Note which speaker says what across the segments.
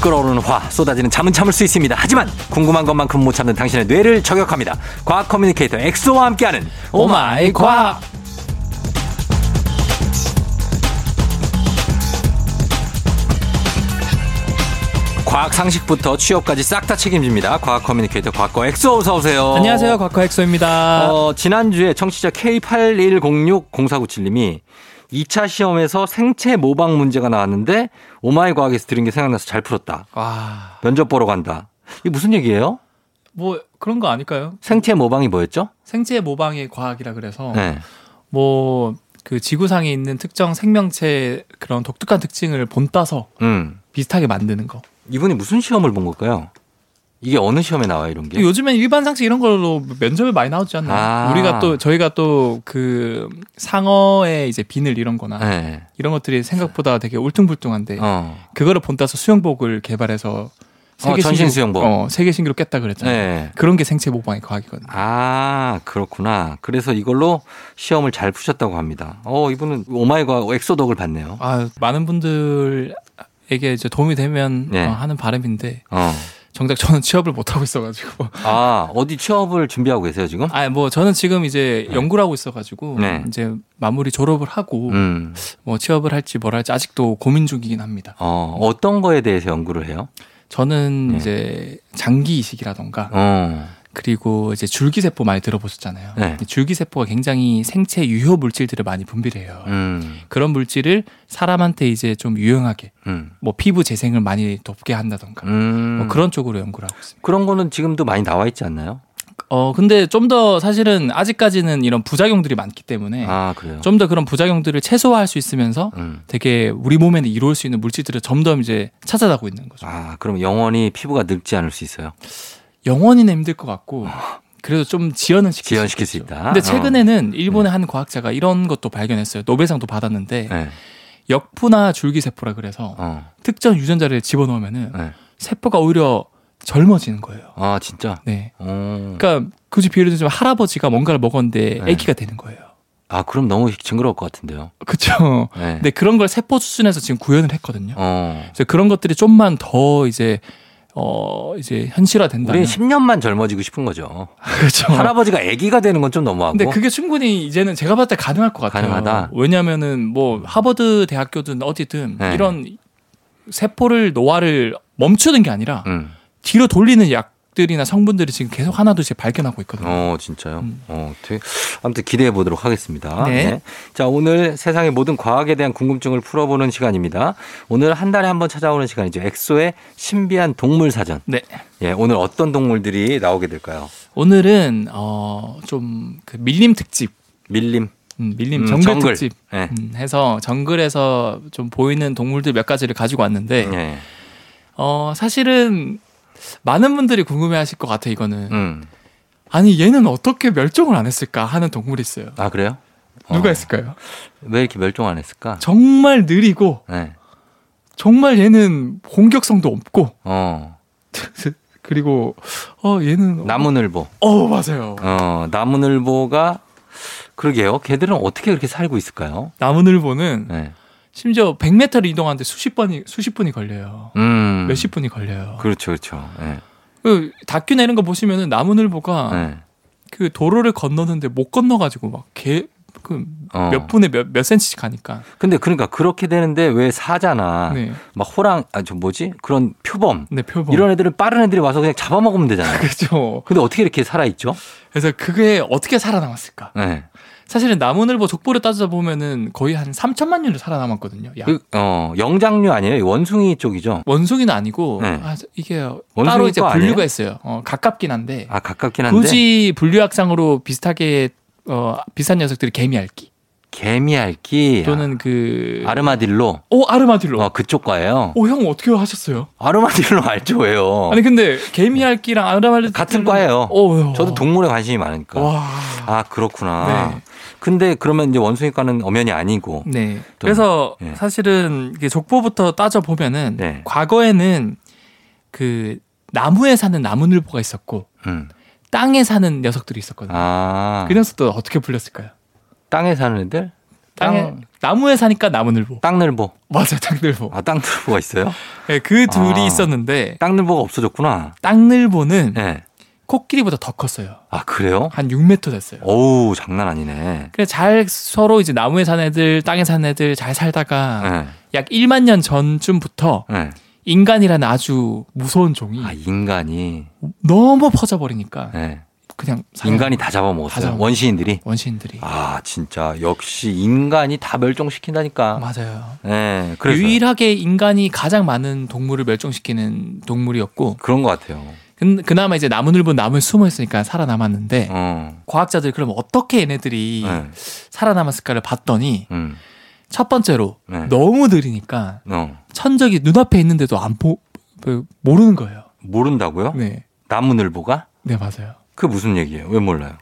Speaker 1: 끓어오르는 화 쏟아지는 잠은 참을 수 있습니다. 하지만 궁금한 것만큼 못 참는 당신의 뇌를 저격합니다. 과학 커뮤니케이터 엑소와 함께하는 오마이 과학. 과학 상식부터 취업까지 싹 다 책임집니다. 과학 커뮤니케이터 과거 엑소 어서 오세요.
Speaker 2: 안녕하세요, 과커엑소입니다.
Speaker 1: 어, 지난주에 청취자 K81060497님이 2차 시험에서 생체 모방 문제가 나왔는데 오마이 과학에서 들은 게 생각나서 잘 풀었다.
Speaker 2: 아,
Speaker 1: 면접 보러 간다. 이게 무슨 얘기예요?
Speaker 2: 뭐 그런 거 아닐까요?
Speaker 1: 생체 모방이 뭐였죠?
Speaker 2: 생체 모방의 과학이라 그래서
Speaker 1: 네.
Speaker 2: 뭐 그 지구상에 있는 특정 생명체의 그런 독특한 특징을 본따서
Speaker 1: 음.
Speaker 2: 비슷하게 만드는 거.
Speaker 1: 이분이 무슨 시험을 본 걸까요? 이게 어느 시험에 나와 요 이런 게?
Speaker 2: 요즘엔 일반 상식 이런 걸로 면접에 많이 나오지 않나요?
Speaker 1: 예. 아.
Speaker 2: 우리가 또 저희가 또 그 상어의 이제 비늘 이런 거나
Speaker 1: 네.
Speaker 2: 이런 것들이 생각보다 되게 울퉁불퉁한데
Speaker 1: 어.
Speaker 2: 그거를 본따서 수영복을 개발해서 세계
Speaker 1: 전신
Speaker 2: 신기록-
Speaker 1: 수영복.
Speaker 2: 어, 세계 신기록 깼다 그랬잖아요.
Speaker 1: 네.
Speaker 2: 그런 게 생체 모방의 과학이거든요.
Speaker 1: 아, 그렇구나. 그래서 이걸로 시험을 잘 푸셨다고 합니다. 어, 이분은 오마이 과학 엑소덕을 봤네요.
Speaker 2: 아, 많은 분들에게 이제 도움이 되면
Speaker 1: 네.
Speaker 2: 어, 하는 바람인데
Speaker 1: 어.
Speaker 2: 정작 저는 취업을 못 하고 있어가지고
Speaker 1: 아, 어디 취업을 준비하고 계세요, 지금?
Speaker 2: 아 뭐 저는 지금 이제
Speaker 1: 네.
Speaker 2: 연구를 하고 있어가지고
Speaker 1: 네.
Speaker 2: 이제 마무리 졸업을 하고
Speaker 1: 음.
Speaker 2: 뭐 취업을 할지 뭘 할지 아직도 고민 중이긴 합니다.
Speaker 1: 어, 어떤 거에 대해서 연구를 해요?
Speaker 2: 저는
Speaker 1: 네.
Speaker 2: 이제 장기 이식이라던가
Speaker 1: 어.
Speaker 2: 그리고 이제 줄기세포 많이 들어보셨잖아요.
Speaker 1: 네.
Speaker 2: 줄기세포가 굉장히 생체 유효 물질들을 많이 분비해요.
Speaker 1: 음.
Speaker 2: 그런 물질을 사람한테 이제 좀 유용하게
Speaker 1: 음.
Speaker 2: 뭐 피부 재생을 많이 돕게 한다던가
Speaker 1: 음.
Speaker 2: 뭐
Speaker 1: 그런
Speaker 2: 그런 쪽으로 연구를 하고 있습니다.
Speaker 1: 그런 거는 지금도 많이 나와 있지 않나요?
Speaker 2: 어 근데 좀 더 사실은 아직까지는 이런 부작용들이 많기 때문에
Speaker 1: 아, 그래요.
Speaker 2: 좀 더 그런 부작용들을 최소화할 수 있으면서
Speaker 1: 음.
Speaker 2: 되게 우리 몸에는 이룰 수 있는 물질들을 점점 이제 찾아가고 있는 거죠.
Speaker 1: 아, 그럼 영원히 피부가 늙지 않을 수 있어요.
Speaker 2: 영원히는 힘들 것 같고 그래도 좀 지연은 시킬
Speaker 1: 지연시킬
Speaker 2: 수
Speaker 1: 수
Speaker 2: 있죠.
Speaker 1: 있다. 어.
Speaker 2: 근데 최근에는 일본의 한 과학자가 이런 것도 발견했어요. 노벨상도 받았는데
Speaker 1: 어. 네.
Speaker 2: 역부나 줄기세포라 그래서
Speaker 1: 어.
Speaker 2: 특정 유전자를 집어넣으면은
Speaker 1: 네.
Speaker 2: 세포가 오히려 젊어지는 거예요.
Speaker 1: 아, 진짜.
Speaker 2: 네.
Speaker 1: 어.
Speaker 2: 그러니까 굳이 비유를 들면 할아버지가 뭔가를 먹었는데
Speaker 1: 네.
Speaker 2: 아기가 되는 거예요.
Speaker 1: 아, 그럼 너무 징그러울 것 같은데요.
Speaker 2: 그렇죠.
Speaker 1: 네.
Speaker 2: 근데 그런 걸 세포 수준에서 지금 구현을 했거든요.
Speaker 1: 어.
Speaker 2: 그래서 그런 것들이 좀만 더 이제 어 이제 현실화 된다면
Speaker 1: 우리는 10년만 젊어지고 싶은 거죠.
Speaker 2: 그렇죠.
Speaker 1: 할아버지가 아기가 되는 건 좀 너무하고.
Speaker 2: 근데 네, 그게 충분히 이제는 제가 봤을 때 가능할 것 같아요.
Speaker 1: 가능하다.
Speaker 2: 왜냐하면은 뭐 하버드 대학교든 어디든
Speaker 1: 네.
Speaker 2: 이런 세포를 노화를 멈추는 게 아니라
Speaker 1: 음.
Speaker 2: 뒤로 돌리는 약들이나 성분들이 지금 계속 하나둘씩 발견하고 있거든요.
Speaker 1: 어, 진짜요?
Speaker 2: 음.
Speaker 1: 어, 되게, 아무튼 기대해 보도록 하겠습니다.
Speaker 2: 네.
Speaker 1: 자, 오늘 세상의 모든 과학에 대한 궁금증을 풀어보는 시간입니다. 오늘 한 달에 한 번 찾아오는 시간이죠. 엑소의 신비한 동물 사전.
Speaker 2: 네.
Speaker 1: 예, 오늘 어떤 동물들이 나오게 될까요?
Speaker 2: 오늘은 어, 어좀그 밀림 특집,
Speaker 1: 밀림.
Speaker 2: 음, 밀림
Speaker 1: 음,
Speaker 2: 정글,
Speaker 1: 정글.
Speaker 2: 특집
Speaker 1: 예.
Speaker 2: 음, 해서 정글에서 좀 보이는 동물들 몇 가지를 가지고 왔는데
Speaker 1: 예.
Speaker 2: 어 사실은 많은 분들이 궁금해하실 것 같아 이거는
Speaker 1: 음.
Speaker 2: 아니 얘는 어떻게 멸종을 안 했을까 하는 동물이 있어요
Speaker 1: 아, 그래요?
Speaker 2: 누가
Speaker 1: 어,
Speaker 2: 했을까요?
Speaker 1: 왜 이렇게 멸종 안 했을까?
Speaker 2: 정말 느리고
Speaker 1: 예.
Speaker 2: 정말 얘는 공격성도 없고
Speaker 1: 어.
Speaker 2: 그리고 어 얘는
Speaker 1: 나무늘보.
Speaker 2: 어 맞아요
Speaker 1: 어, 나무늘보가 그러게요. 걔들은 어떻게 그렇게 살고 있을까요?
Speaker 2: 나무늘보는
Speaker 1: 네.
Speaker 2: 심지어 100m를 이동하는데 수십 번이 수십 분이 걸려요
Speaker 1: 음.
Speaker 2: 몇십 분이 걸려요
Speaker 1: 그렇죠, 그렇죠. 예.
Speaker 2: 그 다큐 내는 거 보시면은 나무늘보가
Speaker 1: 예.
Speaker 2: 그 도로를 건너는데 못 건너가지고 막개그몇
Speaker 1: 어.
Speaker 2: 분에 몇, 몇 센치씩 가니까
Speaker 1: 근데 그러니까 그렇게 되는데 왜 사자나
Speaker 2: 네,
Speaker 1: 막 호랑 아 저 뭐지 그런 표범
Speaker 2: 네 표범
Speaker 1: 이런 애들을 빠른 애들이 와서 그냥 잡아먹으면 되잖아요.
Speaker 2: 그렇죠.
Speaker 1: 근데 어떻게 이렇게 살아 있죠?
Speaker 2: 그래서 그게 어떻게 살아남았을까?
Speaker 1: 네.
Speaker 2: 사실은 나무늘보 족보를 따져 보면은 거의 한 3천만 년을 살아남았거든요. 야.
Speaker 1: 그, 어 영장류 아니에요? 이 원숭이 쪽이죠.
Speaker 2: 원숭이는 아니고
Speaker 1: 네.
Speaker 2: 아, 저- 이게 따로
Speaker 1: 원숭이
Speaker 2: 이제
Speaker 1: 거 아니에요?
Speaker 2: 분류가 있어요. 어, 가깝긴 한데
Speaker 1: 아 가깝긴 한데
Speaker 2: 굳이 분류학상으로 비슷하게 어, 비슷한 녀석들이 개미알기
Speaker 1: 개미알기
Speaker 2: 또는 그
Speaker 1: 아르마딜로
Speaker 2: 오 아르마딜로.
Speaker 1: 어 그쪽 과예요.
Speaker 2: 오 형 어떻게 하셨어요?
Speaker 1: 아르마딜로 알죠 왜요?
Speaker 2: 아니 근데 개미알기랑 아르마딜로
Speaker 1: 어. 같은 과예요.
Speaker 2: 오,
Speaker 1: 저도 동물에 관심이 많으니까.
Speaker 2: 와.
Speaker 1: 아 그렇구나.
Speaker 2: 네.
Speaker 1: 근데 그러면 이제 원숭이과는 엄연히 아니고.
Speaker 2: 네. 그래서
Speaker 1: 예.
Speaker 2: 사실은 이게 족보부터 따져 보면은
Speaker 1: 네.
Speaker 2: 과거에는 그 나무에 사는 나무늘보가 있었고
Speaker 1: 음.
Speaker 2: 땅에 사는 녀석들이 있었거든요.
Speaker 1: 아
Speaker 2: 그 녀석들 어떻게 불렸을까요?
Speaker 1: 땅에 사는 애들?
Speaker 2: 땅에 나무에 사니까 나무늘보.
Speaker 1: 땅늘보.
Speaker 2: 맞아, 땅늘보.
Speaker 1: 아, 땅늘보가 있어요?
Speaker 2: 네, 그 둘이
Speaker 1: 아.
Speaker 2: 있었는데
Speaker 1: 땅늘보가 없어졌구나.
Speaker 2: 땅늘보는
Speaker 1: 예.
Speaker 2: 코끼리보다 더 컸어요.
Speaker 1: 아, 그래요?
Speaker 2: 한 6m 됐어요.
Speaker 1: 어우, 장난 아니네.
Speaker 2: 그래 잘 서로 이제 나무에 산 애들, 땅에 산 애들 잘 살다가
Speaker 1: 예.
Speaker 2: 약 1만 년 전쯤부터
Speaker 1: 예.
Speaker 2: 인간이라는 아주 무서운 종이
Speaker 1: 아, 인간이.
Speaker 2: 너무 퍼져버리니까
Speaker 1: 예.
Speaker 2: 그냥 살아요.
Speaker 1: 인간이 다 잡아먹었어요.
Speaker 2: 다 잡아먹-
Speaker 1: 원시인들이.
Speaker 2: 원시인들이
Speaker 1: 아, 진짜. 역시 인간이 다 멸종시킨다니까.
Speaker 2: 맞아요.
Speaker 1: 예. 그래서.
Speaker 2: 유일하게 인간이 가장 많은 동물을 멸종시키는 동물이었고
Speaker 1: 그런 것 같아요.
Speaker 2: 근, 그나마 이제 나무늘보 나무에 숨어 있으니까 살아남았는데
Speaker 1: 어.
Speaker 2: 과학자들 그럼 어떻게 얘네들이
Speaker 1: 예.
Speaker 2: 살아남았을까를 봤더니
Speaker 1: 음.
Speaker 2: 첫 번째로
Speaker 1: 네.
Speaker 2: 너무 느리니까
Speaker 1: 어.
Speaker 2: 천적이 눈앞에 있는데도 안 보, 그, 모르는 거예요.
Speaker 1: 모른다고요?
Speaker 2: 네.
Speaker 1: 나무늘보가?
Speaker 2: 네, 맞아요.
Speaker 1: 그 무슨 얘기예요? 왜 몰라요?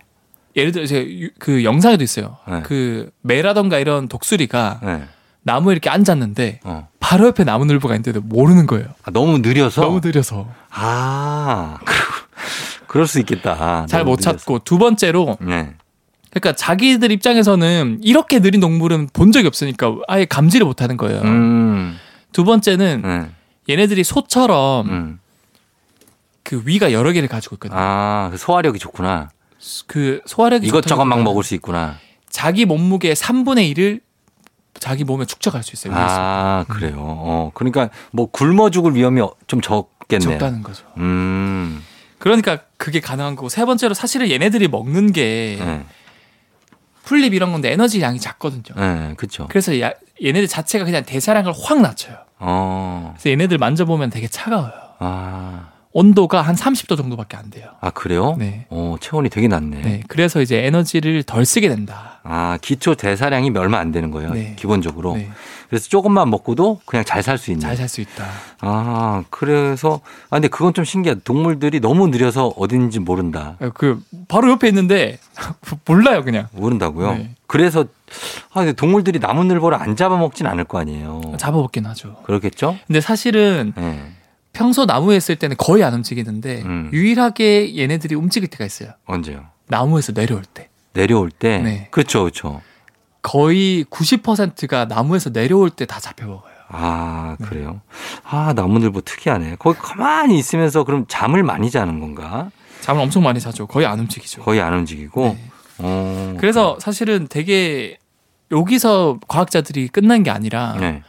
Speaker 2: 예를 들어, 제가 유- 그 영상에도 있어요.
Speaker 1: 네.
Speaker 2: 그 매라던가 이런 독수리가
Speaker 1: 예.
Speaker 2: 나무에 이렇게 앉았는데
Speaker 1: 어.
Speaker 2: 바로 옆에 나무늘보가 있는데도 모르는 거예요.
Speaker 1: 아, 너무 느려서?
Speaker 2: 너무 느려서.
Speaker 1: 아, 그럴 수 있겠다.
Speaker 2: 잘
Speaker 1: 아, 너무
Speaker 2: 못 찾고. 두 번째로,
Speaker 1: 느려서. 네.
Speaker 2: 그러니까 자기들 입장에서는 이렇게 느린 동물은 본 적이 없으니까 아예 감지를 못 하는 거예요.
Speaker 1: 음.
Speaker 2: 두 번째는
Speaker 1: 네.
Speaker 2: 얘네들이 소처럼
Speaker 1: 음.
Speaker 2: 그 위가 여러 개를 가지고 있거든요.
Speaker 1: 아, 그 소화력이 좋구나.
Speaker 2: 그 소화력이
Speaker 1: 이것저것 막
Speaker 2: 좋다기보다
Speaker 1: 먹을 수 있구나.
Speaker 2: 자기 몸무게의 3분의 1을 자기 몸에 축적할 수 있어요. 위에서.
Speaker 1: 아, 그래요. 어, 그러니까 뭐 굶어 죽을 위험이 어- 좀 적겠네요.
Speaker 2: 적다는 거죠.
Speaker 1: 음.
Speaker 2: 그러니까 그게 가능한 거고 세 번째로 사실은 얘네들이 먹는 게
Speaker 1: 예.
Speaker 2: 풀립 이런 건데 에너지 양이 작거든요.
Speaker 1: 예, 그쵸.
Speaker 2: 그래서 야- 얘네들 자체가 그냥 대사량을 확 낮춰요.
Speaker 1: 어.
Speaker 2: 그래서 얘네들 만져보면 되게 차가워요.
Speaker 1: 아.
Speaker 2: 온도가 한 30도 정도밖에 안 돼요.
Speaker 1: 아, 그래요?
Speaker 2: 네.
Speaker 1: 어, 체온이 되게 낮네.
Speaker 2: 네. 그래서 이제 에너지를 덜 쓰게 된다.
Speaker 1: 아, 기초 대사량이 얼마 안 되는 거예요.
Speaker 2: 네.
Speaker 1: 기본적으로.
Speaker 2: 네.
Speaker 1: 그래서 조금만 먹고도 그냥 잘 살 수 있는.
Speaker 2: 잘 살 수 있다.
Speaker 1: 아, 그래서 아 근데 그건 좀 신기하다. 동물들이 너무 느려서 어딘지 모른다.
Speaker 2: 그 바로 옆에 있는데 몰라요 그냥.
Speaker 1: 모른다고요.
Speaker 2: 네.
Speaker 1: 그래서 아 근데 동물들이 나무늘보를 안 잡아먹진 않을 거 아니에요.
Speaker 2: 잡아먹긴 하죠.
Speaker 1: 그렇겠죠?
Speaker 2: 근데 사실은
Speaker 1: 예.
Speaker 2: 평소 나무에 있을 때는 거의 안 움직이는데
Speaker 1: 음.
Speaker 2: 유일하게 얘네들이 움직일 때가 있어요.
Speaker 1: 언제요?
Speaker 2: 나무에서 내려올 때.
Speaker 1: 내려올 때.
Speaker 2: 네.
Speaker 1: 그렇죠, 그렇죠.
Speaker 2: 거의 90%가 나무에서 내려올 때 다 잡혀 먹어요.
Speaker 1: 아,
Speaker 2: 네.
Speaker 1: 그래요? 아, 나무늘보 특이하네. 거기 가만히 있으면서 그럼 잠을 많이 자는 건가?
Speaker 2: 잠을 엄청 많이 자죠. 거의 안 움직이죠.
Speaker 1: 거의 안 움직이고.
Speaker 2: 네.
Speaker 1: 어,
Speaker 2: 그래서 사실은 되게 여기서 과학자들이 끝난 게 아니라
Speaker 1: 네.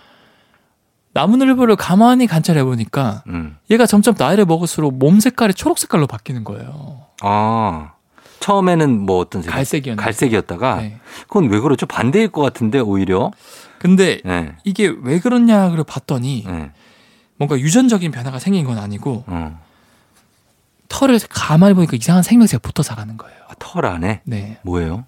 Speaker 2: 나무늘보를 가만히 관찰해 보니까
Speaker 1: 음.
Speaker 2: 얘가 점점 나이를 먹을수록 몸 색깔이 초록 색깔로 바뀌는 거예요.
Speaker 1: 아. 처음에는 뭐 어떤 색이 아.
Speaker 2: 갈색이었는데.
Speaker 1: 갈색이었다가
Speaker 2: 네.
Speaker 1: 그건 왜 그렇죠? 반대일 것 같은데 오히려.
Speaker 2: 근데
Speaker 1: 네.
Speaker 2: 이게 왜 그러냐를 봤더니
Speaker 1: 네.
Speaker 2: 뭔가 유전적인 변화가 생긴 건 아니고
Speaker 1: 어.
Speaker 2: 털을 가만히 보니까 이상한 생명체가 붙어 자라는 거예요.
Speaker 1: 아, 털 안에
Speaker 2: 네.
Speaker 1: 뭐예요?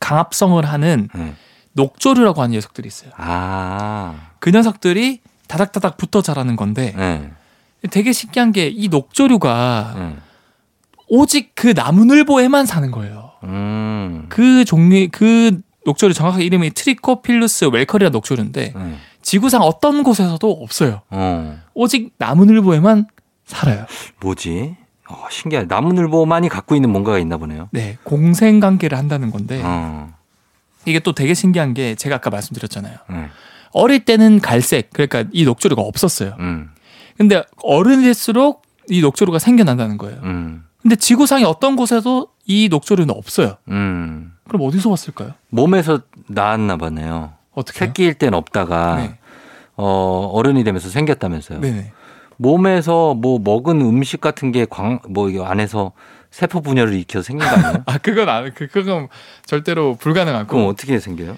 Speaker 2: 강압성을 하는
Speaker 1: 네.
Speaker 2: 녹조류라고 하는 녀석들이 있어요.
Speaker 1: 아.
Speaker 2: 그 녀석들이 다닥다닥 붙어 자라는 건데
Speaker 1: 네.
Speaker 2: 되게 신기한 게 이 녹조류가
Speaker 1: 네.
Speaker 2: 오직 그 나무늘보에만 사는 거예요.
Speaker 1: 음.
Speaker 2: 그 종류 그 녹조류 정확하게 이름이 트리코필루스 웰커리라 녹조류인데
Speaker 1: 네.
Speaker 2: 지구상 어떤 곳에서도 없어요.
Speaker 1: 어.
Speaker 2: 오직 나무늘보에만 살아요.
Speaker 1: 뭐지? 어, 신기해. 나무늘보만이 갖고 있는 뭔가가 있나 보네요.
Speaker 2: 네, 공생 관계를 한다는 건데
Speaker 1: 어.
Speaker 2: 이게 또 되게 신기한 게 제가 아까 말씀드렸잖아요.
Speaker 1: 네.
Speaker 2: 어릴 때는 갈색, 그러니까 이 녹조류가 없었어요.
Speaker 1: 음.
Speaker 2: 근데 어른일수록 이 녹조류가 생겨난다는 거예요.
Speaker 1: 음.
Speaker 2: 근데 지구상의 어떤 곳에도 이 녹조류는 없어요.
Speaker 1: 음.
Speaker 2: 그럼 어디서 왔을까요?
Speaker 1: 몸에서 낳았나 보네요.
Speaker 2: 어떻게?
Speaker 1: 새끼일 땐 없다가
Speaker 2: 네.
Speaker 1: 어, 어른이 되면서 생겼다면서요.
Speaker 2: 네네.
Speaker 1: 몸에서 뭐 먹은 음식 같은 게광뭐 안에서 세포 분열을 일으켜서 생긴 거 아니에요?
Speaker 2: 아 그건 안, 그 그건 절대로 불가능하고
Speaker 1: 그럼 어떻게 생겨요?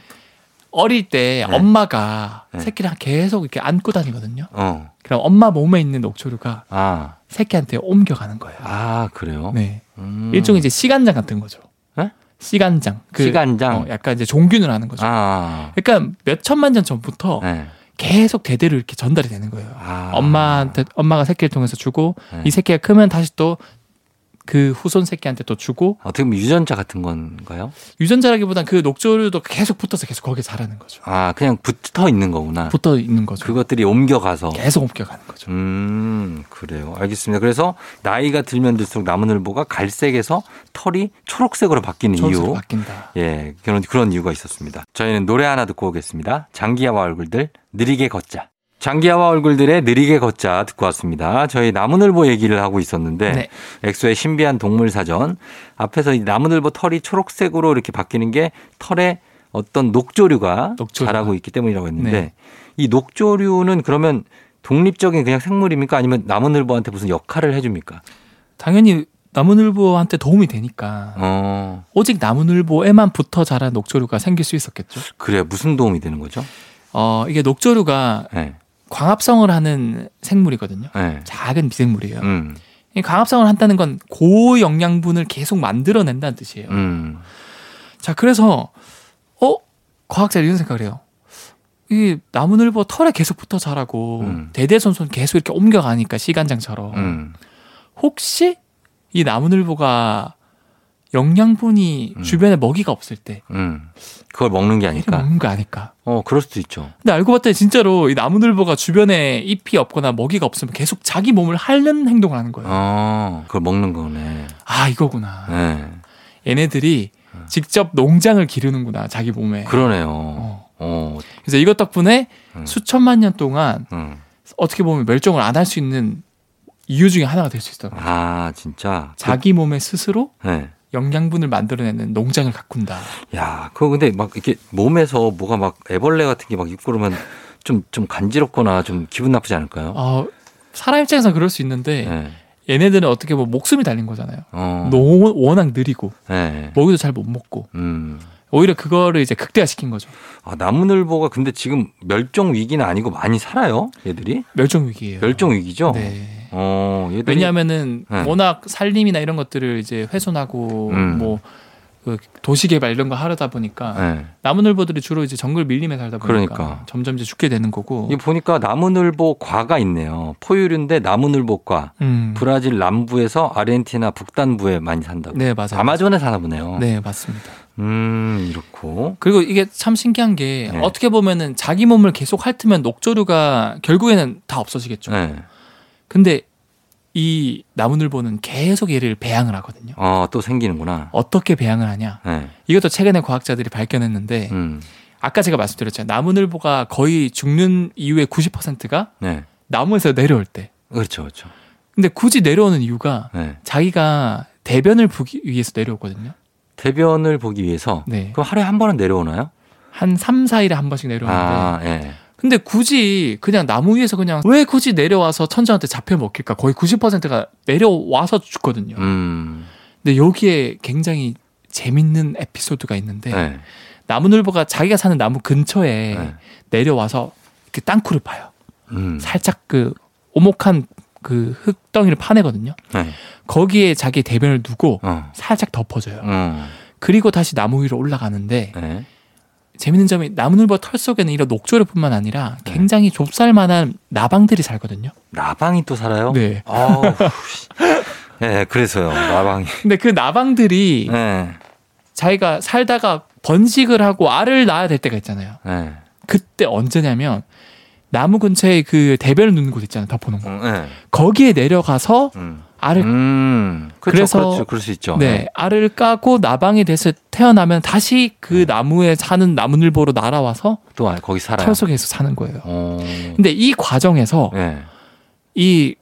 Speaker 2: 어릴 때
Speaker 1: 네.
Speaker 2: 엄마가
Speaker 1: 네.
Speaker 2: 새끼랑 계속 이렇게 안고 다니거든요.
Speaker 1: 어.
Speaker 2: 그럼 엄마 몸에 있는 녹조류가
Speaker 1: 아.
Speaker 2: 새끼한테 옮겨가는 거예요.
Speaker 1: 아, 그래요?
Speaker 2: 네.
Speaker 1: 음.
Speaker 2: 일종의 이제 시간장 같은 거죠.
Speaker 1: 네?
Speaker 2: 시간장. 그,
Speaker 1: 시간장.
Speaker 2: 어, 약간 이제 종균을 하는 거죠.
Speaker 1: 아.
Speaker 2: 그러니까 몇 천만 년 전부터
Speaker 1: 네.
Speaker 2: 계속 대대로 이렇게 전달이 되는 거예요.
Speaker 1: 아.
Speaker 2: 엄마한테 엄마가 새끼를 통해서 주고
Speaker 1: 네.
Speaker 2: 이 새끼가 크면 다시 또 그 후손 새끼한테 또 주고
Speaker 1: 어떻게 보면 유전자 같은 건가요?
Speaker 2: 유전자라기보단 그 녹조류도 계속 붙어서 계속 거기에 자라는 거죠.
Speaker 1: 아, 그냥 붙어 네. 있는 거구나.
Speaker 2: 붙어 있는 거죠.
Speaker 1: 아. 그것들이 옮겨가서.
Speaker 2: 계속 옮겨가는 거죠.
Speaker 1: 음, 그래요. 알겠습니다. 그래서 나이가 들면 들수록 나무늘보가 갈색에서 털이 초록색으로 바뀌는
Speaker 2: 전수로
Speaker 1: 이유.
Speaker 2: 바뀐다.
Speaker 1: 예, 그런, 그런 이유가 있었습니다. 저희는 노래 하나 듣고 오겠습니다. 장기야와 얼굴들, 느리게 걷자. 장기야와 얼굴들의 느리게 걷자 듣고 왔습니다. 저희 나무늘보 얘기를 하고 있었는데,
Speaker 2: 네.
Speaker 1: 엑소의 신비한 동물 사전. 앞에서 이 나무늘보 털이 초록색으로 이렇게 바뀌는 게 털에 어떤 녹조류가
Speaker 2: 녹조류가.
Speaker 1: 자라고 있기 때문이라고 했는데,
Speaker 2: 네.
Speaker 1: 이 녹조류는 그러면 독립적인 그냥 생물입니까? 아니면 나무늘보한테 무슨 역할을 해줍니까?
Speaker 2: 당연히 나무늘보한테 도움이 되니까
Speaker 1: 어,
Speaker 2: 오직 나무늘보에만 붙어 자란 녹조류가 생길 수 있었겠죠.
Speaker 1: 그래. 무슨 도움이 되는 거죠?
Speaker 2: 어, 이게 녹조류가
Speaker 1: 예,
Speaker 2: 광합성을 하는 생물이거든요.
Speaker 1: 예.
Speaker 2: 작은 미생물이에요.
Speaker 1: 음,
Speaker 2: 이 광합성을 한다는 건 고영양분을 계속 만들어낸다는 뜻이에요.
Speaker 1: 음.
Speaker 2: 자, 그래서 어 과학자들이 이런 생각을 해요. 이 나무늘보 털에 계속 붙어 자라고
Speaker 1: 음.
Speaker 2: 대대손손 계속 이렇게 옮겨가니까 시간장처럼
Speaker 1: 음.
Speaker 2: 혹시 이 나무늘보가 영양분이
Speaker 1: 음. 그러니까.
Speaker 2: 주변에 먹이가 없을 때
Speaker 1: 음. 그걸 먹는 게
Speaker 2: 이렇게
Speaker 1: 아닐까.
Speaker 2: 먹는 거 아닐까?
Speaker 1: 어, 그럴 수도 있죠.
Speaker 2: 근데 알고 봤더니 진짜로 이 나무늘보가 주변에 잎이 없거나 먹이가 없으면 계속 자기 몸을 핥는 행동을 하는 거예요.
Speaker 1: 어, 그걸 먹는 거네.
Speaker 2: 아 이거구나.
Speaker 1: 네. 어.
Speaker 2: 얘네들이 직접 농장을 기르는구나 자기 몸에.
Speaker 1: 그러네요.
Speaker 2: 어.
Speaker 1: 어,
Speaker 2: 그래서 이것 덕분에
Speaker 1: 음.
Speaker 2: 수천만 년 동안
Speaker 1: 음.
Speaker 2: 어떻게 보면 멸종을 안 할 수 있는 이유 중에 하나가 될 수 있어요.
Speaker 1: 아, 진짜.
Speaker 2: 자기 몸에 스스로
Speaker 1: 그, 네.
Speaker 2: 영양분을 만들어내는 농장을 가꾼다.
Speaker 1: 야, 그거 근데 막 이렇게 몸에서 뭐가 막 애벌레 같은 게 막 입고 그러면 좀, 좀 간지럽거나 좀 기분 나쁘지 않을까요?
Speaker 2: 어, 사람 입장에서 그럴 수 있는데
Speaker 1: 네.
Speaker 2: 얘네들은 어떻게 보면 목숨이 달린 거잖아요.
Speaker 1: 어.
Speaker 2: 너무 워낙 느리고
Speaker 1: 네.
Speaker 2: 먹이도 잘 못 먹고
Speaker 1: 음.
Speaker 2: 오히려 그거를 이제 극대화시킨 거죠.
Speaker 1: 아, 나무늘보가 근데 지금 멸종 위기는 아니고 많이 살아요? 얘들이?
Speaker 2: 멸종 위기예요.
Speaker 1: 멸종 위기죠?
Speaker 2: 네.
Speaker 1: 어, 얘들이.
Speaker 2: 왜냐하면은
Speaker 1: 네.
Speaker 2: 워낙 살림이나 이런 것들을 이제 훼손하고
Speaker 1: 음.
Speaker 2: 뭐그 도시 개발 이런 거 하려다 보니까
Speaker 1: 네.
Speaker 2: 나무늘보들이 주로 이제 정글 밀림에 살다 보니까
Speaker 1: 그러니까.
Speaker 2: 점점 이제 죽게 되는 거고.
Speaker 1: 이 보니까 나무늘보과가 있네요. 포유류인데 나무늘보과.
Speaker 2: 음.
Speaker 1: 브라질 남부에서 아르헨티나 북단부에 많이 산다고.
Speaker 2: 네 맞아요.
Speaker 1: 아마존에 사나 보네요.
Speaker 2: 네 맞습니다.
Speaker 1: 음, 이렇고.
Speaker 2: 그리고 이게 참 신기한 게
Speaker 1: 네.
Speaker 2: 어떻게 보면은 자기 몸을 계속 핥으면 녹조류가 결국에는 다 없어지겠죠.
Speaker 1: 네.
Speaker 2: 근데 이 나무늘보는 계속 얘를 배양을 하거든요.
Speaker 1: 어, 또 생기는구나.
Speaker 2: 어떻게 배양을 하냐?
Speaker 1: 네.
Speaker 2: 이것도 최근에 과학자들이 발견했는데
Speaker 1: 음.
Speaker 2: 아까 제가 말씀드렸잖아요. 나무늘보가 거의 죽는 이유의 90%가
Speaker 1: 네.
Speaker 2: 나무에서 내려올 때.
Speaker 1: 그렇죠. 그렇죠.
Speaker 2: 근데 굳이 내려오는 이유가
Speaker 1: 네.
Speaker 2: 자기가 대변을 보기 위해서 내려오거든요.
Speaker 1: 대변을 보기 위해서
Speaker 2: 네.
Speaker 1: 그럼 하루에 한 번은 내려오나요?
Speaker 2: 한 3, 4일에 한 번씩 내려오는데
Speaker 1: 아, 예.
Speaker 2: 근데 굳이 그냥 나무 위에서 그냥 왜 굳이 내려와서 천장한테 잡혀 먹힐까? 거의 90%가 내려와서 죽거든요.
Speaker 1: 음.
Speaker 2: 근데 여기에 굉장히 재밌는 에피소드가 있는데
Speaker 1: 네.
Speaker 2: 나무늘보가 자기가 사는 나무 근처에
Speaker 1: 네.
Speaker 2: 내려와서 이렇게 땅굴을 파요.
Speaker 1: 음.
Speaker 2: 살짝 그 오목한 그 흙덩이를 파내거든요.
Speaker 1: 네.
Speaker 2: 거기에 자기 대변을 두고
Speaker 1: 어.
Speaker 2: 살짝 덮어줘요.
Speaker 1: 음.
Speaker 2: 그리고 다시 나무 위로 올라가는데
Speaker 1: 네.
Speaker 2: 재밌는 점이 나무늘보 털 속에는 이런 녹조류뿐만 아니라
Speaker 1: 네.
Speaker 2: 굉장히 좁쌀만한 나방들이 살거든요.
Speaker 1: 나방이 또 살아요?
Speaker 2: 네.
Speaker 1: 아우. 씨. 네, 그래서요. 나방이.
Speaker 2: 근데 그 나방들이
Speaker 1: 네.
Speaker 2: 자기가 살다가 번식을 하고 알을 낳아야 될 때가 있잖아요.
Speaker 1: 네.
Speaker 2: 그때 언제냐면 나무 근처에 그 대변을 놓는 곳 있잖아요. 덮어놓은
Speaker 1: 어,
Speaker 2: 거.
Speaker 1: 네.
Speaker 2: 거기에 내려가서
Speaker 1: 음.
Speaker 2: 알을
Speaker 1: 음. 그렇죠.
Speaker 2: 그래서-
Speaker 1: 그렇죠. 그럴 수 있죠.
Speaker 2: 네 알을 까고 나방이 돼서 태어나면 다시
Speaker 1: 네.
Speaker 2: 그 나무에 사는 나무늘보로 날아와서
Speaker 1: 또 아- 거기 살아요.
Speaker 2: 털 속에서 사는 거예요.
Speaker 1: 어.
Speaker 2: 근데 이 과정에서
Speaker 1: 네.
Speaker 2: 이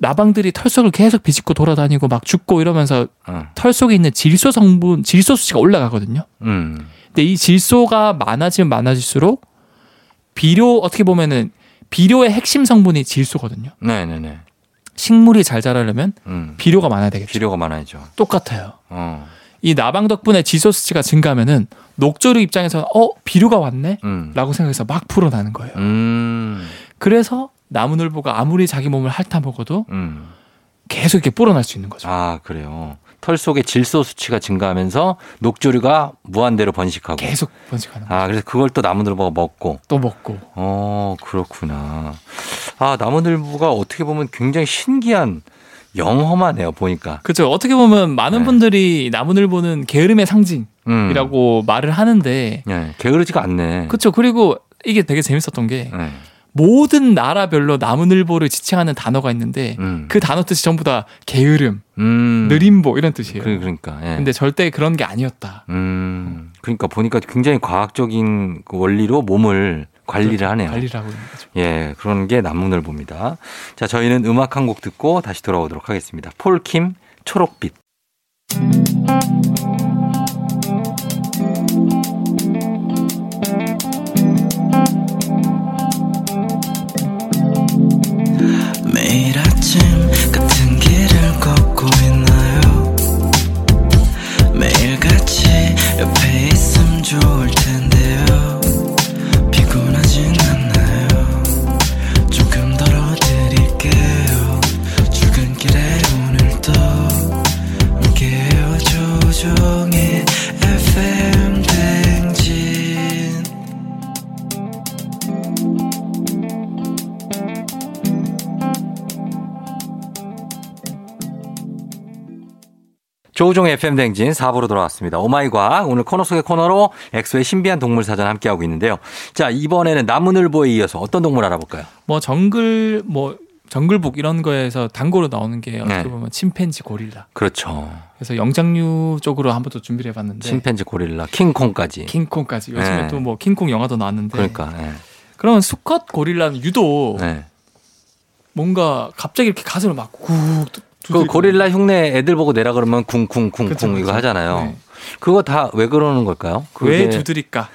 Speaker 2: 나방들이 털 속을 계속 비집고 돌아다니고 막 죽고 이러면서
Speaker 1: 어.
Speaker 2: 털 속에 있는 질소 성분, 질소 수치가 올라가거든요.
Speaker 1: 음.
Speaker 2: 근데 네, 이 질소가 많아지면 많아질수록 비료 어떻게 보면은 비료의 핵심 성분이 질소거든요.
Speaker 1: 네네네.
Speaker 2: 식물이 잘 자라려면
Speaker 1: 음.
Speaker 2: 비료가 많아야 되겠죠.
Speaker 1: 비료가 많아야죠.
Speaker 2: 똑같아요.
Speaker 1: 어.
Speaker 2: 이 나방 덕분에 질소 수치가 증가하면은 녹조류 입장에서 어 비료가 왔네라고
Speaker 1: 음.
Speaker 2: 생각해서 막 풀어나는 거예요.
Speaker 1: 음.
Speaker 2: 그래서 나무늘보가 아무리 자기 몸을 핥아 먹어도
Speaker 1: 음.
Speaker 2: 계속 이렇게 불어날 수 있는 거죠.
Speaker 1: 아, 그래요. 털 속의 질소 수치가 증가하면서 녹조류가 무한대로 번식하고.
Speaker 2: 계속 번식하는 거.
Speaker 1: 아, 그래서 그걸 또 나무늘보가 먹고.
Speaker 2: 또 먹고.
Speaker 1: 어, 그렇구나. 아, 나무늘보가 어떻게 보면 굉장히 신기한 영험하네요, 보니까.
Speaker 2: 그렇죠. 어떻게 보면 많은
Speaker 1: 네.
Speaker 2: 분들이 나무늘보는 게으름의 상징이라고
Speaker 1: 음.
Speaker 2: 말을 하는데
Speaker 1: 예, 게으르지가 않네.
Speaker 2: 그렇죠. 그리고 이게 되게 재밌었던 게
Speaker 1: 예,
Speaker 2: 모든 나라별로 나무늘보를 지칭하는 단어가 있는데
Speaker 1: 음.
Speaker 2: 그 단어 뜻이 전부 다 게으름,
Speaker 1: 음.
Speaker 2: 느림보 이런 뜻이에요.
Speaker 1: 그, 그러니까. 예.
Speaker 2: 근데 절대 그런 게 아니었다.
Speaker 1: 음. 그러니까 보니까 굉장히 과학적인 그 원리로 몸을 그렇죠. 관리를 하네요.
Speaker 2: 관리를 하고 있는 거죠.
Speaker 1: 예, 그런 게 남문을 봅니다. 자, 저희는 음악 한 곡 듣고 다시 돌아오도록 하겠습니다. 폴킴 초록빛.
Speaker 3: 매일 아침 같은 길을 걷고 있나요 매일 같이 옆에 있음 좋을 텐데요 피곤하진 않나요 조금 덜어드릴게요 출근길에 오늘도 함께해요 조종의 FM 댕진
Speaker 1: 조우종 FM 댕진 4부로 돌아왔습니다. 오마이과 오늘 코너 속의 코너로 엑소의 신비한 동물 사전 함께하고 있는데요. 자, 이번에는 나무늘보에 이어서 어떤 동물 알아볼까요?
Speaker 2: 뭐 정글 뭐 정글북 이런 거에서 단골로 나오는 게 어떻게
Speaker 1: 네.
Speaker 2: 보면 침팬지 고릴라.
Speaker 1: 그렇죠.
Speaker 2: 그래서 영장류 쪽으로 한번 또 준비를 해봤는데
Speaker 1: 침팬지, 고릴라, 킹콩까지.
Speaker 2: 킹콩까지 요즘에
Speaker 1: 네.
Speaker 2: 또 뭐 킹콩 영화도 나왔는데
Speaker 1: 그러니까. 예.
Speaker 2: 그러면 수컷 고릴라는 유독
Speaker 1: 예.
Speaker 2: 뭔가 갑자기 이렇게 가슴을 막쿡
Speaker 1: 그 고릴라 흉내 애들 보고 내라 그러면 쿵쿵쿵쿵
Speaker 2: 그쵸, 그쵸.
Speaker 1: 이거 하잖아요.
Speaker 2: 네.
Speaker 1: 그거 다 왜 그러는 걸까요?
Speaker 2: 왜
Speaker 1: 그게-
Speaker 2: 두드릴까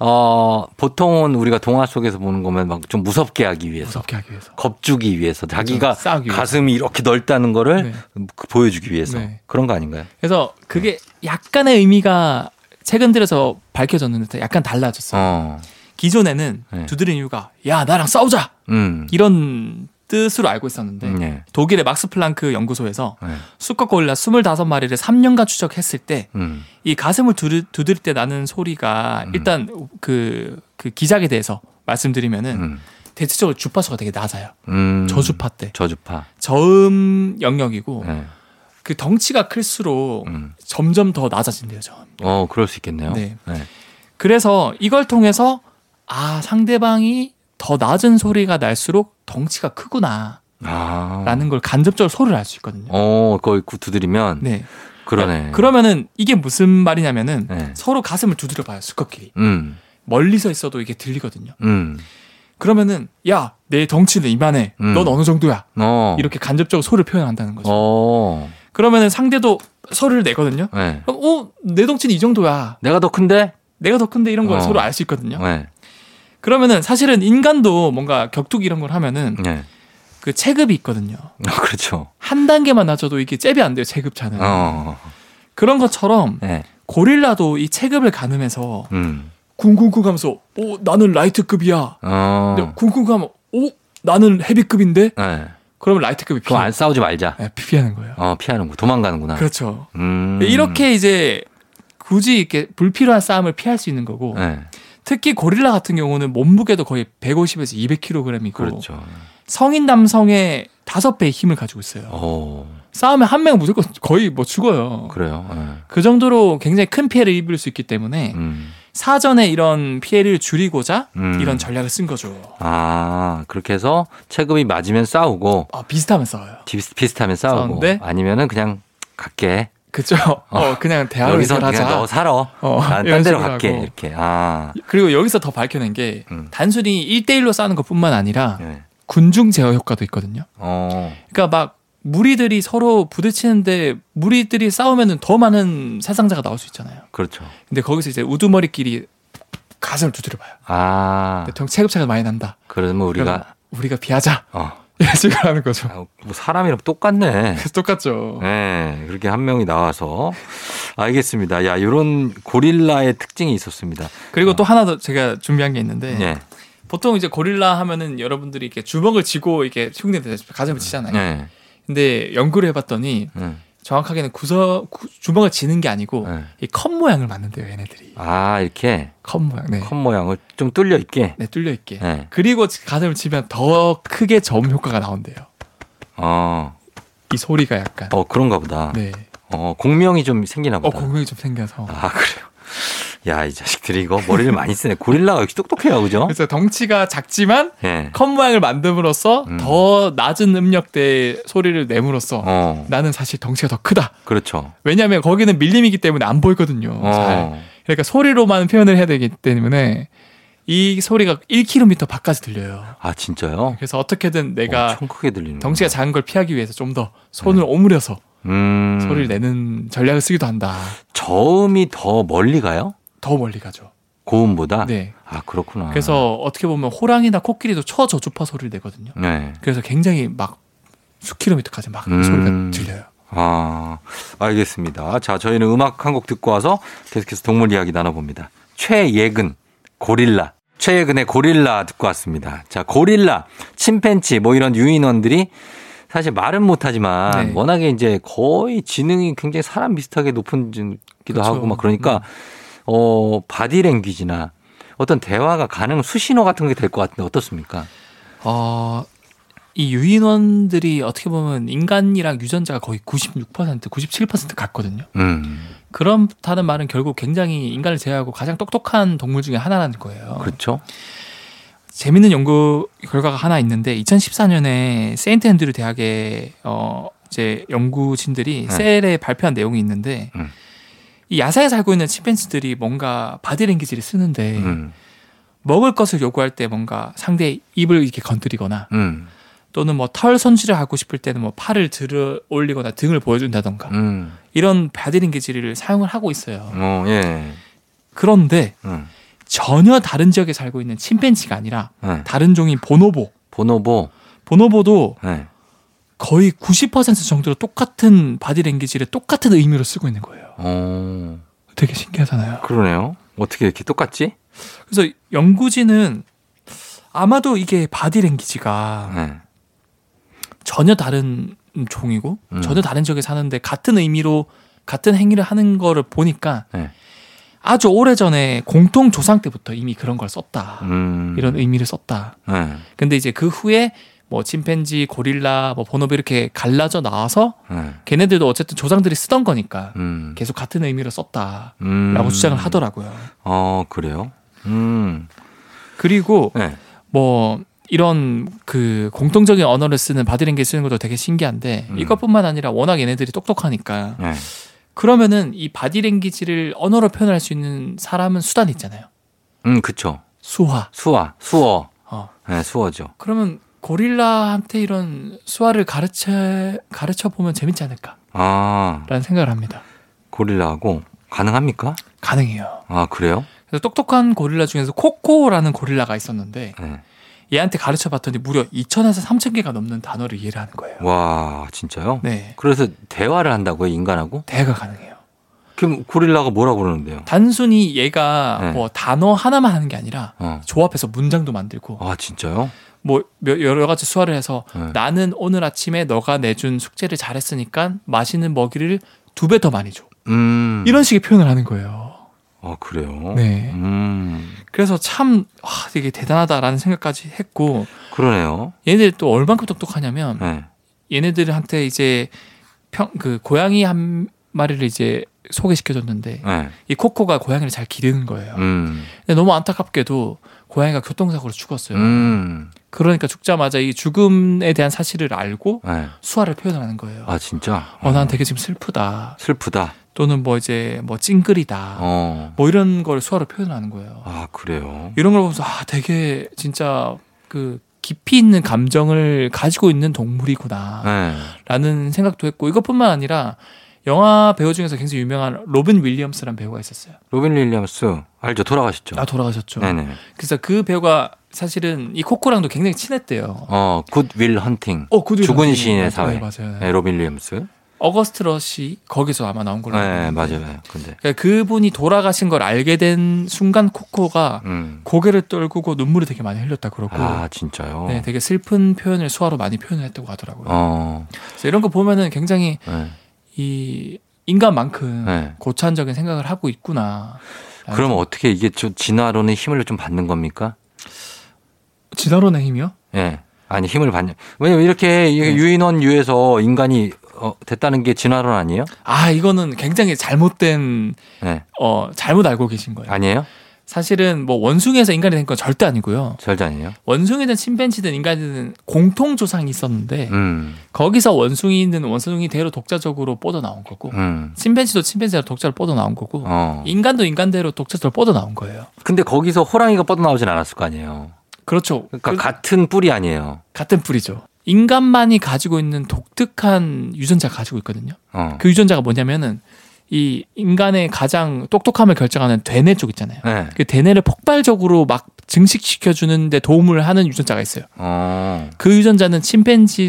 Speaker 1: 어, 보통은 우리가 동화 속에서 보는 거면 막 좀 무섭게 하기 위해서,
Speaker 2: 무섭게 하기 위해서
Speaker 1: 겁주기 위해서, 자기가
Speaker 2: 싸우기 위해서.
Speaker 1: 가슴이 이렇게 넓다는 거를
Speaker 2: 네.
Speaker 1: 그- 보여주기 위해서
Speaker 2: 네.
Speaker 1: 그런 거 아닌가요?
Speaker 2: 그래서 그게 약간의 의미가 최근 들어서 밝혀졌는데 약간 달라졌어요
Speaker 1: 어,
Speaker 2: 기존에는
Speaker 1: 네.
Speaker 2: 두드린 이유가 야 나랑 싸우자
Speaker 1: 음,
Speaker 2: 이런 뜻으로 알고 있었는데
Speaker 1: 음, 예.
Speaker 2: 독일의 막스 플랑크 연구소에서
Speaker 1: 네.
Speaker 2: 수컷 고릴라 25마리를 3년간 추적했을 때 이
Speaker 1: 음,
Speaker 2: 가슴을 두드, 두드릴 때 나는 소리가
Speaker 1: 음.
Speaker 2: 일단 그, 그 기작에 대해서 말씀드리면은
Speaker 1: 음,
Speaker 2: 대체적으로 주파수가 되게 낮아요.
Speaker 1: 음.
Speaker 2: 저주파 때.
Speaker 1: 저주파.
Speaker 2: 저음 영역이고
Speaker 1: 네.
Speaker 2: 그 덩치가 클수록
Speaker 1: 음.
Speaker 2: 점점 더 낮아진대요, 저음.
Speaker 1: 어, 그럴 수 있겠네요.
Speaker 2: 네.
Speaker 1: 네.
Speaker 2: 그래서 이걸 통해서 아, 상대방이 더 낮은 소리가 날수록 덩치가 크구나
Speaker 1: 아,
Speaker 2: 라는 걸 간접적으로 소리를 알 수 있거든요.
Speaker 1: 어, 거의 구- 두드리면
Speaker 2: 네.
Speaker 1: 그러네.
Speaker 2: 그러면은 이게 무슨 말이냐면은
Speaker 1: 네.
Speaker 2: 서로 가슴을 두드려 봐요, 수컷끼리.
Speaker 1: 음,
Speaker 2: 멀리서 있어도 이게 들리거든요.
Speaker 1: 음,
Speaker 2: 그러면은 야, 내 덩치는 이만해.
Speaker 1: 음.
Speaker 2: 넌 어느 정도야?
Speaker 1: 어,
Speaker 2: 이렇게 간접적으로 소리를 표현한다는 거죠.
Speaker 1: 어,
Speaker 2: 그러면은 상대도 소리를 내거든요.
Speaker 1: 네.
Speaker 2: 그럼 어, 내 덩치는 이 정도야.
Speaker 1: 내가 더 큰데?
Speaker 2: 내가 더 큰데 이런 걸
Speaker 1: 어.
Speaker 2: 서로 알 수 있거든요.
Speaker 1: 네.
Speaker 2: 그러면은 사실은 인간도 뭔가 격투기 이런 걸 하면은
Speaker 1: 네.
Speaker 2: 그 체급이 있거든요.
Speaker 1: 그렇죠.
Speaker 2: 한 단계만 낮아도 이게 잽이 안 돼요, 체급 차는.
Speaker 1: 어,
Speaker 2: 그런 것처럼
Speaker 1: 네.
Speaker 2: 고릴라도 이 체급을 가늠해서
Speaker 1: 음.
Speaker 2: 쿵쿵쿵 하면서 오, 나는 라이트급이야.
Speaker 1: 어.
Speaker 2: 근데 쿵쿵쿵 하면 오, 나는 헤비급인데?
Speaker 1: 네.
Speaker 2: 그러면 라이트급이 피해.
Speaker 1: 그럼 안 싸우지 말자.
Speaker 2: 네, 피하는 거예요.
Speaker 1: 어, 피하는구 도망가는구나.
Speaker 2: 그렇죠.
Speaker 1: 음.
Speaker 2: 이렇게 이제 굳이 이렇게 불필요한 싸움을 피할 수 있는 거고
Speaker 1: 네,
Speaker 2: 특히 고릴라 같은 경우는 몸무게도 거의 150에서 200kg이고
Speaker 1: 그렇죠.
Speaker 2: 성인 남성의 다섯 배의 힘을 가지고 있어요.
Speaker 1: 어,
Speaker 2: 싸우면 한 명은 무조건 거의 뭐 죽어요. 그
Speaker 1: 그래요. 네.
Speaker 2: 정도로 굉장히 큰 피해를 입을 수 있기 때문에
Speaker 1: 음.
Speaker 2: 사전에 이런 피해를 줄이고자
Speaker 1: 음.
Speaker 2: 이런 전략을 쓴 거죠.
Speaker 1: 아, 그렇게 해서 체급이 맞으면 싸우고
Speaker 2: 아, 비슷하면 싸워요.
Speaker 1: 비슷, 비슷하면 싸우고
Speaker 2: 싸우는데?
Speaker 1: 아니면은 그냥 갈게.
Speaker 2: 그죠? 어, 그냥 대화로
Speaker 1: 여기서 그냥
Speaker 2: 해결하자.
Speaker 1: 너 살아.
Speaker 2: 어,
Speaker 1: 난
Speaker 2: 이런
Speaker 1: 딴 데로
Speaker 2: 식으로
Speaker 1: 갈게.
Speaker 2: 하고.
Speaker 1: 이렇게. 아.
Speaker 2: 그리고 여기서 더 밝혀낸 게
Speaker 1: 음.
Speaker 2: 단순히 1대1로 싸우는 것뿐만 아니라
Speaker 1: 네.
Speaker 2: 군중 제어 효과도 있거든요.
Speaker 1: 어.
Speaker 2: 그러니까 막 무리들이 서로 부딪히는데 무리들이 싸우면은 더 많은 사상자가 나올 수 있잖아요.
Speaker 1: 그렇죠.
Speaker 2: 근데 거기서 이제 우두머리끼리 가슴을 두드려봐요.
Speaker 1: 아.
Speaker 2: 대통령 체급차가 많이 난다.
Speaker 1: 그러면 우리가
Speaker 2: 그럼 우리가 비하자.
Speaker 1: 어.
Speaker 2: 이런 식으로 하는 거죠.
Speaker 1: 아, 뭐 사람이랑 똑같네.
Speaker 2: 그래서 똑같죠.
Speaker 1: 네, 그렇게 한 명이 나와서 알겠습니다. 야, 이런 고릴라의 특징이 있었습니다.
Speaker 2: 그리고 또 하나 더 제가 준비한 게 있는데
Speaker 1: 어. 네,
Speaker 2: 보통 이제 고릴라 하면은 여러분들이 이렇게 주먹을 쥐고 이렇게 흉내 내서 가슴을 치잖아요.
Speaker 1: 네,
Speaker 2: 근데 연구를 해봤더니
Speaker 1: 네,
Speaker 2: 정확하게는 구석 구- 주먹을 쥐는 게 아니고
Speaker 1: 네.
Speaker 2: 이 컵 모양을 만든대요 얘네들이
Speaker 1: 아, 이렇게
Speaker 2: 컵 모양 네,
Speaker 1: 컵 모양을 좀 뚫려 있게.
Speaker 2: 네 뚫려 있게
Speaker 1: 네,
Speaker 2: 그리고 가슴을 치면 더 크게 저음 효과가 나온대요
Speaker 1: 어,
Speaker 2: 이 소리가 약간.
Speaker 1: 어, 그런가 보다.
Speaker 2: 네.
Speaker 1: 어, 공명이 좀 생기나
Speaker 2: 어,
Speaker 1: 보다.
Speaker 2: 공명이 좀 생겨서.
Speaker 1: 아, 그래요. 야, 이 자식들이 이거 머리를 많이 쓰네. 고릴라가 역시 똑똑해요, 그죠?
Speaker 2: 그래서 덩치가 작지만
Speaker 1: 예.
Speaker 2: 컵 모양을 만듦으로써
Speaker 1: 음.
Speaker 2: 더 낮은 음역대의 소리를 내므로써
Speaker 1: 어,
Speaker 2: 나는 사실 덩치가 더 크다.
Speaker 1: 그렇죠.
Speaker 2: 왜냐하면 거기는 밀림이기 때문에 안 보이거든요. 잘.
Speaker 1: 어,
Speaker 2: 그러니까 소리로만 표현을 해야 되기 때문에 이 소리가 1km 밖까지 들려요.
Speaker 1: 아, 진짜요?
Speaker 2: 그래서 어떻게든 내가
Speaker 1: 엄청 크게 들리는.
Speaker 2: 덩치가 작은 걸 피하기 위해서 좀 더 손을 오므려서
Speaker 1: 네. 음,
Speaker 2: 소리를 내는 전략을 쓰기도 한다.
Speaker 1: 저음이 더 멀리 가요?
Speaker 2: 더 멀리 가죠.
Speaker 1: 고음보다?
Speaker 2: 네.
Speaker 1: 아, 그렇구나.
Speaker 2: 그래서 어떻게 보면 호랑이나 코끼리도 초저주파 소리를 내거든요.
Speaker 1: 네.
Speaker 2: 그래서 굉장히 막 수킬로미터까지 막
Speaker 1: 음.
Speaker 2: 소리가 들려요.
Speaker 1: 아, 알겠습니다. 자, 저희는 음악 한 곡 듣고 와서 계속해서 동물 이야기 나눠봅니다. 최예근, 고릴라. 최예근의 고릴라 듣고 왔습니다. 자, 고릴라, 침팬치, 뭐 이런 유인원들이 사실 말은 못하지만
Speaker 2: 네.
Speaker 1: 워낙에 이제 거의 지능이 굉장히 사람 비슷하게 높은 지기도
Speaker 2: 그쵸.
Speaker 1: 하고 막
Speaker 2: 음.
Speaker 1: 그러니까 어, 바디랭귀지나 어떤 대화가 가능 수신호 같은 게 될 것 같은데 어떻습니까?
Speaker 2: 어, 이 유인원들이 어떻게 보면 인간이랑 유전자가 거의 96% 97% 같거든요.
Speaker 1: 음,
Speaker 2: 그렇다는 말은 결국 굉장히 인간을 제외하고 가장 똑똑한 동물 중에 하나라는 거예요.
Speaker 1: 그렇죠.
Speaker 2: 재밌는 연구 결과가 하나 있는데 2014년에 세인트 앤드류 대학의 어 이제 연구진들이
Speaker 1: 네.
Speaker 2: 셀에 발표한 내용이 있는데
Speaker 1: 음.
Speaker 2: 이 야사에 살고 있는 침팬지들이 뭔가 바디랭귀지를 쓰는데
Speaker 1: 음,
Speaker 2: 먹을 것을 요구할 때 뭔가 상대의 입을 이렇게 건드리거나
Speaker 1: 음,
Speaker 2: 또는 뭐 털 손질을 하고 싶을 때는 뭐 팔을 들어 올리거나 등을 보여준다던가
Speaker 1: 음,
Speaker 2: 이런 바디랭귀지를 사용을 하고 있어요.
Speaker 1: 어, 예,
Speaker 2: 그런데
Speaker 1: 음,
Speaker 2: 전혀 다른 지역에 살고 있는 침팬지가 아니라
Speaker 1: 예.
Speaker 2: 다른 종인 보노보
Speaker 1: 보노보,
Speaker 2: 보노보도
Speaker 1: 네.
Speaker 2: 거의 90% 정도로 똑같은 바디랭귀지를 똑같은 의미로 쓰고 있는 거예요.
Speaker 1: 어,
Speaker 2: 되게 신기하잖아요.
Speaker 1: 그러네요. 어떻게 이렇게 똑같지?
Speaker 2: 그래서 연구진은 아마도 이게 바디랭귀지가
Speaker 1: 네.
Speaker 2: 전혀 다른 종이고
Speaker 1: 음.
Speaker 2: 전혀 다른 지역에 사는데 같은 의미로 같은 행위를 하는 거를 보니까
Speaker 1: 네.
Speaker 2: 아주 오래전에 공통 조상 때부터 이미 그런 걸 썼다.
Speaker 1: 음.
Speaker 2: 이런 의미를 썼다.
Speaker 1: 네.
Speaker 2: 근데 이제 그 후에 뭐 침팬지, 고릴라, 뭐 보노비 이렇게 갈라져 나와서
Speaker 1: 네.
Speaker 2: 걔네들도 어쨌든 조상들이 쓰던 거니까
Speaker 1: 음.
Speaker 2: 계속 같은 의미로 썼다라고
Speaker 1: 음.
Speaker 2: 주장을 하더라고요.
Speaker 1: 어, 그래요? 음.
Speaker 2: 그리고
Speaker 1: 네.
Speaker 2: 뭐 이런 그 공통적인 언어를 쓰는 바디랭귀 쓰는 것도 되게 신기한데
Speaker 1: 음.
Speaker 2: 이것뿐만 아니라 워낙 얘네들이 똑똑하니까
Speaker 1: 네.
Speaker 2: 그러면은 이 바디랭귀지를 언어로 표현할 수 있는 사람은 수단이 있잖아요.
Speaker 1: 음, 그쵸.
Speaker 2: 수화.
Speaker 1: 수화, 수어.
Speaker 2: 어.
Speaker 1: 네, 수어죠.
Speaker 2: 그러면 고릴라한테 이런 수화를 가르쳐 가르쳐 보면 재밌지 않을까라는
Speaker 1: 아,
Speaker 2: 생각을 합니다.
Speaker 1: 고릴라하고 가능합니까?
Speaker 2: 가능해요.
Speaker 1: 아, 그래요?
Speaker 2: 그래서 똑똑한 고릴라 중에서 코코라는 고릴라가 있었는데
Speaker 1: 네.
Speaker 2: 얘한테 가르쳐 봤더니 무려 2,000에서 3,000개가 넘는 단어를 이해를 하는 거예요.
Speaker 1: 와, 진짜요?
Speaker 2: 네.
Speaker 1: 그래서 대화를 한다고요, 인간하고?
Speaker 2: 대화가 가능해요.
Speaker 1: 그럼 고릴라가 뭐라고 그러는데요?
Speaker 2: 단순히 얘가
Speaker 1: 네.
Speaker 2: 뭐 단어 하나만 하는 게 아니라
Speaker 1: 어.
Speaker 2: 조합해서 문장도 만들고
Speaker 1: 아, 진짜요?
Speaker 2: 뭐 몇- 여러 가지 수화를 해서
Speaker 1: 네.
Speaker 2: 나는 오늘 아침에 너가 내준 숙제를 잘했으니까 맛있는 먹이를 두 배 더 많이 줘.
Speaker 1: 음.
Speaker 2: 이런 식의 표현을 하는 거예요.
Speaker 1: 아, 그래요?
Speaker 2: 네.
Speaker 1: 음.
Speaker 2: 그래서 참 와, 되게 대단하다라는 생각까지 했고
Speaker 1: 그러네요.
Speaker 2: 얘네들 또 얼만큼 똑똑하냐면
Speaker 1: 네.
Speaker 2: 얘네들한테 이제 평 그 고양이 한 마리를 이제 소개시켜줬는데
Speaker 1: 네.
Speaker 2: 이 코코가 고양이를 잘 기르는 거예요.
Speaker 1: 음.
Speaker 2: 근데 너무 안타깝게도 고양이가 교통사고로 죽었어요.
Speaker 1: 음.
Speaker 2: 그러니까 죽자마자 이 죽음에 대한 사실을 알고
Speaker 1: 네.
Speaker 2: 수화를 표현하는 거예요.
Speaker 1: 아 진짜. 어,
Speaker 2: 어, 난 되게 지금 슬프다.
Speaker 1: 슬프다.
Speaker 2: 또는 뭐 이제 뭐 찡그리다.
Speaker 1: 어.
Speaker 2: 뭐 이런 걸 수화로 표현하는 거예요.
Speaker 1: 아 그래요.
Speaker 2: 이런 걸 보면서 아, 되게 진짜 그 깊이 있는 감정을 가지고 있는 동물이구나.
Speaker 1: 네.
Speaker 2: 라는 생각도 했고 이것뿐만 아니라 영화 배우 중에서 굉장히 유명한 로빈 윌리엄스라는 배우가 있었어요.
Speaker 1: 로빈 윌리엄스 알죠? 돌아가셨죠.
Speaker 2: 아 돌아가셨죠.
Speaker 1: 네. 네네.
Speaker 2: 그래서 그 배우가 사실은 이 코코랑도 굉장히 친했대요.
Speaker 1: 어, 굿윌 헌팅.
Speaker 2: 어, 그 뒤로
Speaker 1: 죽은
Speaker 2: 나중에-
Speaker 1: 시인의
Speaker 2: 네,
Speaker 1: 사회.
Speaker 2: 맞아요.
Speaker 1: 네, 로빈 윌리엄스.
Speaker 2: 어거스트 러시 거기서 아마 나온 걸로.
Speaker 1: 네,
Speaker 2: 알고 있는데.
Speaker 1: 맞아요. 근데.
Speaker 2: 그러니까 그분이 돌아가신 걸 알게 된 순간 코코가
Speaker 1: 음.
Speaker 2: 고개를 떨구고 눈물을 되게 많이 흘렸다 그러고.
Speaker 1: 아 진짜요.
Speaker 2: 네, 되게 슬픈 표현을 수화로 많이 표현을 했다고 하더라고요.
Speaker 1: 어.
Speaker 2: 그래서 이런 거 보면은 굉장히
Speaker 1: 네.
Speaker 2: 이 인간만큼
Speaker 1: 네.
Speaker 2: 고차원적인 생각을 하고 있구나. 아,
Speaker 1: 그럼 어떻게 이게 저 진화론의 힘을 좀 받는 겁니까?
Speaker 2: 진화론의 힘이요?
Speaker 1: 예. 아니 힘을 받는. 왜냐면 이렇게 이게
Speaker 2: 네.
Speaker 1: 유인원 유에서 인간이 어, 됐다는 게 진화론 아니에요?
Speaker 2: 아 이거는 굉장히 잘못된
Speaker 1: 네.
Speaker 2: 어 잘못 알고 계신 거예요.
Speaker 1: 아니에요?
Speaker 2: 사실은 뭐 원숭이에서 인간이 된 건 절대 아니고요.
Speaker 1: 절대 아니에요.
Speaker 2: 원숭이든 침팬지든 인간이든 공통 조상이 있었는데
Speaker 1: 음.
Speaker 2: 거기서 원숭이는 원숭이대로 독자적으로 뻗어 나온 거고
Speaker 1: 음.
Speaker 2: 침팬지도 침팬지대로 독자를 뻗어 나온 거고
Speaker 1: 어.
Speaker 2: 인간도 인간대로 독자적으로 뻗어 나온 거예요.
Speaker 1: 근데 거기서 호랑이가 뻗어나오진 않았을 거 아니에요.
Speaker 2: 그렇죠.
Speaker 1: 그러니까
Speaker 2: 그-
Speaker 1: 같은 뿔이 아니에요.
Speaker 2: 같은 뿌리죠. 인간만이 가지고 있는 독특한 유전자가 가지고 있거든요.
Speaker 1: 어.
Speaker 2: 그 유전자가 뭐냐면은 이 인간의 가장 똑똑함을 결정하는 되뇌 쪽 있잖아요.
Speaker 1: 네.
Speaker 2: 그 대뇌를 폭발적으로 막 증식시켜 주는데 도움을 하는 유전자가 있어요.
Speaker 1: 어.
Speaker 2: 그 유전자는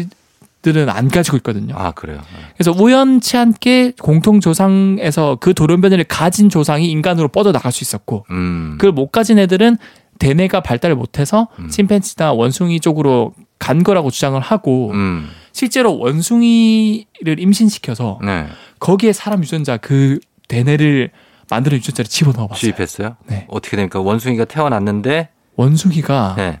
Speaker 2: 침팬지들은 안 가지고 있거든요.
Speaker 1: 아 그래요.
Speaker 2: 그래서 우연치 않게 공통 조상에서 그 돌연변이를 가진 조상이 인간으로 뻗어 나갈 수 있었고
Speaker 1: 음.
Speaker 2: 그걸 못 가진 애들은 대뇌가 발달을 못해서
Speaker 1: 음.
Speaker 2: 침팬지나 원숭이 쪽으로 간 거라고 주장을 하고
Speaker 1: 음.
Speaker 2: 실제로 원숭이를 임신시켜서
Speaker 1: 네.
Speaker 2: 거기에 사람 유전자 그 대뇌를 만드는 유전자를 집어넣어봤어요.
Speaker 1: 주입했어요.
Speaker 2: 네. 아.
Speaker 1: 어떻게 됩니까? 원숭이가 태어났는데
Speaker 2: 원숭이가
Speaker 1: 네.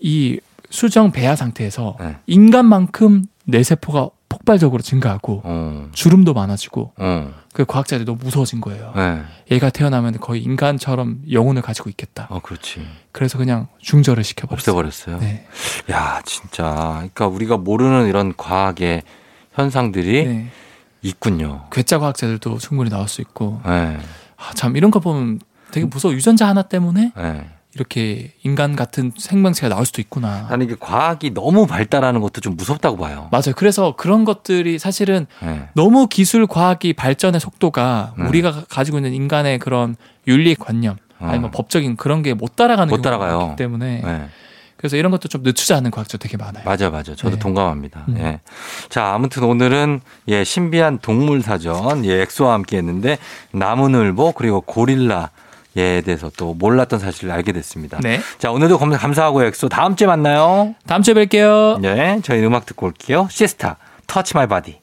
Speaker 2: 이 수정 배아 상태에서
Speaker 1: 네.
Speaker 2: 인간만큼 뇌세포가 폭발적으로 증가하고
Speaker 1: 어.
Speaker 2: 주름도 많아지고
Speaker 1: 어.
Speaker 2: 그 과학자들이 너무 무서워진 거예요.
Speaker 1: 네.
Speaker 2: 얘가 태어나면 거의 인간처럼 영혼을 가지고 있겠다.
Speaker 1: 어 그렇지.
Speaker 2: 그래서 그냥 중절을 시켜버렸어요.
Speaker 1: 없애버렸어요.
Speaker 2: 네.
Speaker 1: 야 진짜. 그러니까 우리가 모르는 이런 과학의 현상들이
Speaker 2: 네.
Speaker 1: 있군요.
Speaker 2: 괴짜 과학자들도 충분히 나올 수 있고
Speaker 1: 네.
Speaker 2: 아, 참 이런 거 보면 되게 무서워. 유전자 하나 때문에
Speaker 1: 네.
Speaker 2: 이렇게 인간 같은 생명체가 나올 수도 있구나.
Speaker 1: 나는 이게 과학이 너무 발달하는 것도 좀 무섭다고 봐요.
Speaker 2: 맞아요. 그래서 그런 것들이 사실은
Speaker 1: 네.
Speaker 2: 너무 기술 과학이 발전의 속도가
Speaker 1: 음.
Speaker 2: 우리가 가지고 있는 인간의 그런 윤리 관념 아니면 뭐,
Speaker 1: 어.
Speaker 2: 법적인 그런 게 못 따라가는
Speaker 1: 못
Speaker 2: 경우가
Speaker 1: 따라가요.
Speaker 2: 많기 때문에
Speaker 1: 네.
Speaker 2: 그래서 이런 것도 좀 늦추자 하는 과학자 되게 많아요.
Speaker 1: 예, 맞아, 맞아. 저도
Speaker 2: 네.
Speaker 1: 동감합니다.
Speaker 2: 음.
Speaker 1: 예. 자, 아무튼 오늘은 예, 신비한 동물 사전, 예, 엑소와 함께 했는데, 나무늘보, 그리고 고릴라, 에 대해서 또 몰랐던 사실을 알게 됐습니다.
Speaker 2: 네.
Speaker 1: 자, 오늘도 검- 감사하고요, 엑소. 다음주에 만나요.
Speaker 2: 다음 주에 뵐게요.
Speaker 1: 예, 저희 음악 듣고 올게요. 시스타, 터치 마이 바디.